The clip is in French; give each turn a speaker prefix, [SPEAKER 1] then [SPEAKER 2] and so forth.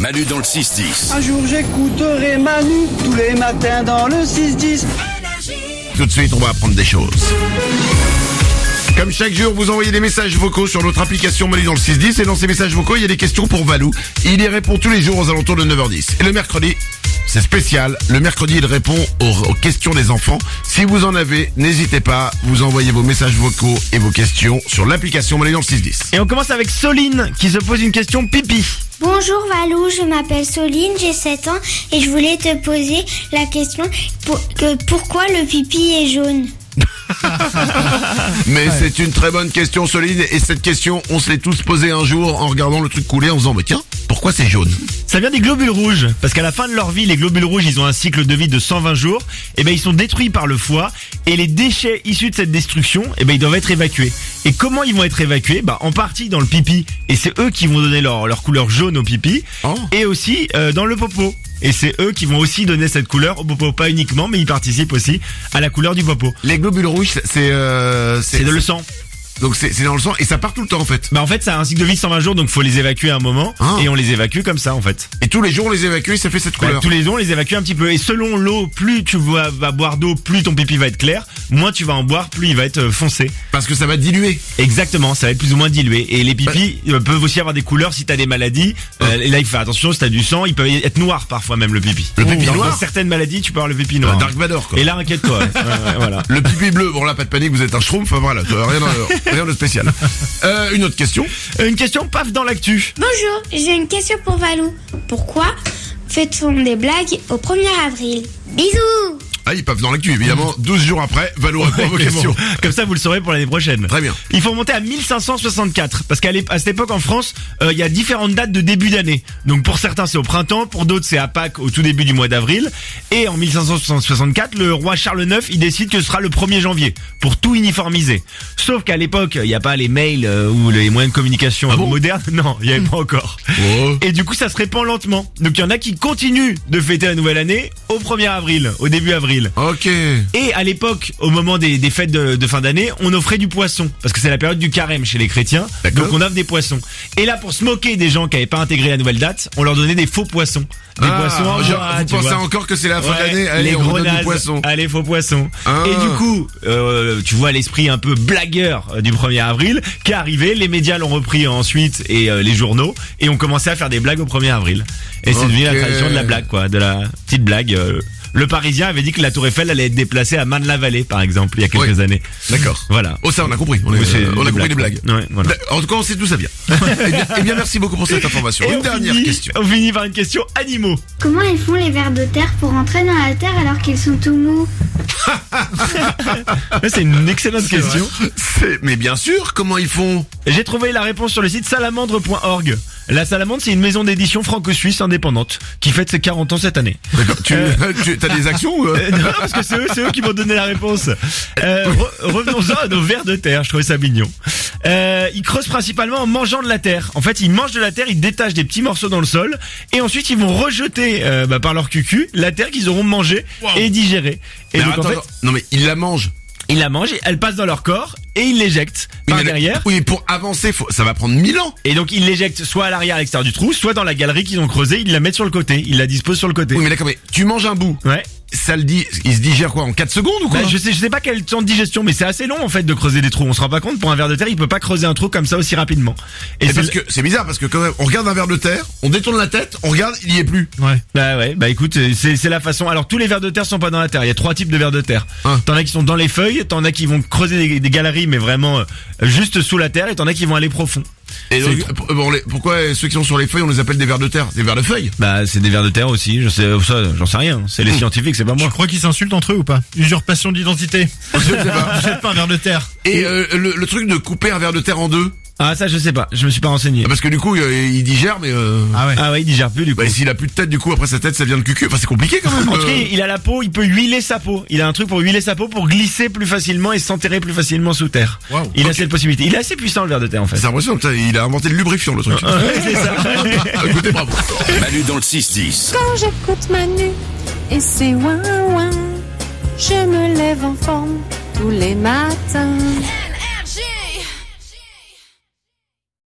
[SPEAKER 1] Manu dans le 6-10.
[SPEAKER 2] Un jour j'écouterai Manu tous les matins dans le 6-10.
[SPEAKER 3] Tout de suite, on va apprendre des choses. Comme chaque jour, vous envoyez des messages vocaux sur notre application Manu dans le 610 et dans ces messages vocaux, il y a des questions pour Valou. Il y répond tous les jours aux alentours de 9h10. Et le mercredi, c'est spécial. Le mercredi, il répond aux, aux questions des enfants. Si vous en avez, n'hésitez pas, vous envoyez vos messages vocaux et vos questions sur l'application Manu dans le 610.
[SPEAKER 4] Et on commence avec Soline qui se pose une question pipi.
[SPEAKER 5] Bonjour Valou, je m'appelle Soline, j'ai 7 ans et je voulais te poser la question pour- que pourquoi le pipi est jaune
[SPEAKER 3] Mais c'est une très bonne question solide et cette question, on se l'est tous posée un jour en regardant le truc couler en faisant, mais tiens, pourquoi c'est jaune?
[SPEAKER 4] Ça vient des globules rouges, parce qu'à la fin de leur vie, les globules rouges, ils ont un cycle de vie de 120 jours, et ben ils sont détruits par le foie, et les déchets issus de cette destruction, et ben ils doivent être évacués. Et comment ils vont être évacués Bah en partie dans le pipi, et c'est eux qui vont donner leur, leur couleur jaune au pipi,
[SPEAKER 3] Oh.
[SPEAKER 4] et aussi euh, dans le popo. Et c'est eux qui vont aussi donner cette couleur au popo, pas uniquement, mais ils participent aussi à la couleur du popo.
[SPEAKER 3] Les globules rouges, c'est, euh,
[SPEAKER 4] C'est de le sang.
[SPEAKER 3] donc c'est c'est dans le sang et ça part tout le temps en fait.
[SPEAKER 4] Bah en fait, ça a un cycle de vie de 120 jours, donc faut les évacuer à un moment,
[SPEAKER 3] Ah.
[SPEAKER 4] et on les évacue comme ça en fait.
[SPEAKER 3] Et tous les jours, on les évacue et ça fait cette
[SPEAKER 4] Bah,
[SPEAKER 3] couleur.
[SPEAKER 4] tous les ans, on les évacue un petit peu. Et selon l'eau, plus tu vas, vas boire d'eau, plus ton pipi va être clair. Moins tu vas en boire, plus il va être euh, foncé.
[SPEAKER 3] Parce que ça va diluer.
[SPEAKER 4] Exactement, ça va être plus ou moins dilué. Et les pipis
[SPEAKER 3] Bah.
[SPEAKER 4] euh, peuvent aussi avoir des couleurs si t'as des maladies.
[SPEAKER 3] Ah.
[SPEAKER 4] Euh, et là, il faut faire attention, si t'as du sang, il peut être noir parfois même le pipi.
[SPEAKER 3] Le pipi
[SPEAKER 4] Dans
[SPEAKER 3] noir Bah,
[SPEAKER 4] Certaines maladies, tu peux avoir le pipi noir.
[SPEAKER 3] Dark Vador quoi.
[SPEAKER 4] et là, inquiète-toi. ouais. Ouais, ouais, voilà.
[SPEAKER 3] Le pipi bleu, bon là pas de panique, vous êtes un schtroumpf, enfin voilà, euh, rien, de- rien de spécial. Euh, une autre question.
[SPEAKER 4] Euh, Une question, paf, dans l'actu.
[SPEAKER 5] Bonjour, j'ai une question pour Valou. Pourquoi fait-on des blagues au 1er avril Bisous
[SPEAKER 3] Ah, ils peuvent dans l'actu évidemment,
[SPEAKER 4] Mm.
[SPEAKER 3] 12 jours après, Valo répond aux questions.
[SPEAKER 4] Comme ça, vous le saurez pour l'année prochaine.
[SPEAKER 3] Très bien.
[SPEAKER 4] Il faut monter à 1564 parce qu'à l'ép- à cette époque en France, euh, il y a différentes dates de début d'année. Donc pour certains c'est au printemps, pour d'autres c'est à Pâques au tout début du mois d'avril. Et en 1564, le roi Charles IX il décide que ce sera le 1er janvier pour tout uniformiser. Sauf qu'à l'époque il n'y a pas les mails euh, ou les moyens de communication euh, modernes. Non, il n'y avait pas encore.
[SPEAKER 3] Ah Oh.
[SPEAKER 4] Et du coup, ça se répand lentement. Donc il y en a qui continuent de fêter la nouvelle année au 1er avril, au début avril.
[SPEAKER 3] Ok.
[SPEAKER 4] Et à l'époque, au moment des, des fêtes de, de fin d'année, on offrait du poisson parce que c'est la période du carême chez les chrétiens.
[SPEAKER 3] D'accord.
[SPEAKER 4] Donc on offre des poissons. Et là, pour se moquer des gens qui avaient pas intégré la nouvelle date, on leur donnait des faux poissons. Des
[SPEAKER 3] Ah,
[SPEAKER 4] poissons en
[SPEAKER 3] genre,
[SPEAKER 4] bois,
[SPEAKER 3] vous
[SPEAKER 4] tu
[SPEAKER 3] pensez
[SPEAKER 4] vois.
[SPEAKER 3] encore que c'est la fin
[SPEAKER 4] Ouais,
[SPEAKER 3] d'année Allez,
[SPEAKER 4] les
[SPEAKER 3] on
[SPEAKER 4] gros
[SPEAKER 3] redonne du
[SPEAKER 4] nazes.
[SPEAKER 3] poisson.
[SPEAKER 4] Allez, faux poissons.
[SPEAKER 3] Ah.
[SPEAKER 4] Et du coup, euh, tu vois l'esprit un peu blagueur euh, du 1er avril qui est arrivé. Les médias l'ont repris ensuite et euh, les journaux et ont commencé à faire des blagues au 1er avril. Et c'est devenu la
[SPEAKER 3] Ok.
[SPEAKER 4] tradition de la blague, quoi, de la petite blague. euh. le Parisien avait dit que la Tour Eiffel allait être déplacée à Marne-la-Vallée, par exemple, il y a quelques
[SPEAKER 3] Oui.
[SPEAKER 4] années.
[SPEAKER 3] D'accord.
[SPEAKER 4] Voilà.
[SPEAKER 3] Oh ça on a compris, on, est-
[SPEAKER 4] Mais c'est
[SPEAKER 3] on a
[SPEAKER 4] des
[SPEAKER 3] compris les blagues.
[SPEAKER 4] quoi. Ouais, voilà.
[SPEAKER 3] En tout cas, on sait d'où ça vient. eh, bien, eh bien, merci beaucoup pour cette information.
[SPEAKER 4] Et
[SPEAKER 3] Une
[SPEAKER 4] on
[SPEAKER 3] dernière
[SPEAKER 4] finit-
[SPEAKER 3] question.
[SPEAKER 4] On finit par une question animaux.
[SPEAKER 5] Comment ils font les vers de terre pour entrer dans la terre alors qu'ils sont tout mous
[SPEAKER 4] Ouais, C'est une excellente question.
[SPEAKER 3] C'est- Mais bien sûr, comment ils font
[SPEAKER 4] J'ai trouvé la réponse sur le site salamandre.org. La salamandre, c'est une maison d'édition franco-suisse indépendante qui fête ses 40 ans cette année.
[SPEAKER 3] D'accord. Tu, tu as des actions ou, euh
[SPEAKER 4] Euh, non, parce que c'est eux, c'est eux qui m'ont donné la réponse. Euh, re- Revenons-en à nos vers de terre, je trouvais ça mignon. Euh, ils creusent principalement en mangeant de la terre. En fait, ils mangent de la terre, ils détachent des petits morceaux dans le sol, et ensuite ils vont rejeter euh, bah, par leur cucu la terre qu'ils auront mangée et digérée. Et
[SPEAKER 3] Mais
[SPEAKER 4] donc en
[SPEAKER 3] attends,
[SPEAKER 4] fait,
[SPEAKER 3] non, non, mais ils la mangent.
[SPEAKER 4] ils la mangent, elle passe dans leur corps, et ils l'éjectent
[SPEAKER 3] Mais il y en
[SPEAKER 4] par
[SPEAKER 3] a-
[SPEAKER 4] derrière.
[SPEAKER 3] Oui, mais pour avancer, faut- ça va prendre 1000 ans.
[SPEAKER 4] Et donc ils l'éjectent soit à l'arrière à l'extérieur du trou, soit dans la galerie qu'ils ont creusée, ils la mettent sur le côté, ils la disposent sur le côté.
[SPEAKER 3] Oui, mais d'accord, mais tu manges un bout.
[SPEAKER 4] Ouais.
[SPEAKER 3] Ça le dit, il se digère quoi en 4 secondes ou quoi
[SPEAKER 4] Bah, je sais, je sais pas quel temps de digestion, mais c'est assez long en fait de creuser des trous. On se rend pas compte. Pour un ver de terre, il peut pas creuser un trou comme ça aussi rapidement.
[SPEAKER 3] Et
[SPEAKER 4] c'est
[SPEAKER 3] parce
[SPEAKER 4] le-
[SPEAKER 3] que c'est bizarre parce que quand même, on regarde un verre de terre, on détourne la tête, on regarde, il y est plus.
[SPEAKER 4] Ouais. Bah ouais, bah écoute, euh, c'est c'est la façon. Alors tous les vers de terre sont pas dans la terre. Il y a trois types de vers de terre.
[SPEAKER 3] Hein.
[SPEAKER 4] T'en as qui sont dans les feuilles, t'en as qui vont creuser des, des galeries, mais vraiment euh, juste sous la terre, et t'en as qui vont aller profond.
[SPEAKER 3] Et
[SPEAKER 4] C'est
[SPEAKER 3] donc, euh, bon, les- pourquoi euh, ceux qui sont sur les feuilles, on les appelle des vers de terre Des vers de feuilles
[SPEAKER 4] Bah c'est des vers de terre aussi. Je sais, ça, j'en sais rien. C'est les scientifiques, c'est pas
[SPEAKER 6] Je
[SPEAKER 4] moi.
[SPEAKER 6] Hmm. crois qu'ils s'insultent entre eux ou pas Usurpation d'identité.
[SPEAKER 3] Je sais pas.
[SPEAKER 6] Vous êtes pas un verre de terre.
[SPEAKER 3] Et euh, le, le truc de couper un verre de terre en deux,
[SPEAKER 4] Ah ça, je sais pas. Je me suis pas renseigné.
[SPEAKER 3] parce que du coup, euh, il digère, mais euh,
[SPEAKER 6] bah, Ah ouais.
[SPEAKER 4] Ah ouais, il digère plus du coup.
[SPEAKER 3] bah, s'il a plus de tête, du coup, après sa tête, ça vient de cucu. Enfin, c'est compliqué quand même.
[SPEAKER 4] En tout cas,
[SPEAKER 3] euh.
[SPEAKER 4] il a la peau, il peut huiler sa peau. Il a un truc pour huiler sa peau pour glisser plus facilement et s'enterrer plus facilement sous terre.
[SPEAKER 3] Waouh.
[SPEAKER 4] il a
[SPEAKER 3] Ok.
[SPEAKER 4] cette possibilité. Il est assez puissant le ver de terre en fait.
[SPEAKER 3] C'est impressionnant, putain, il a inventé le lubrifiant le truc.
[SPEAKER 4] Ouais, c'est ça.
[SPEAKER 3] Écoutez, bravo.
[SPEAKER 1] Manu dans le 6-10.
[SPEAKER 7] Quand j'écoute Manu et c'est ouin ouin, je me lève en forme tous les matins.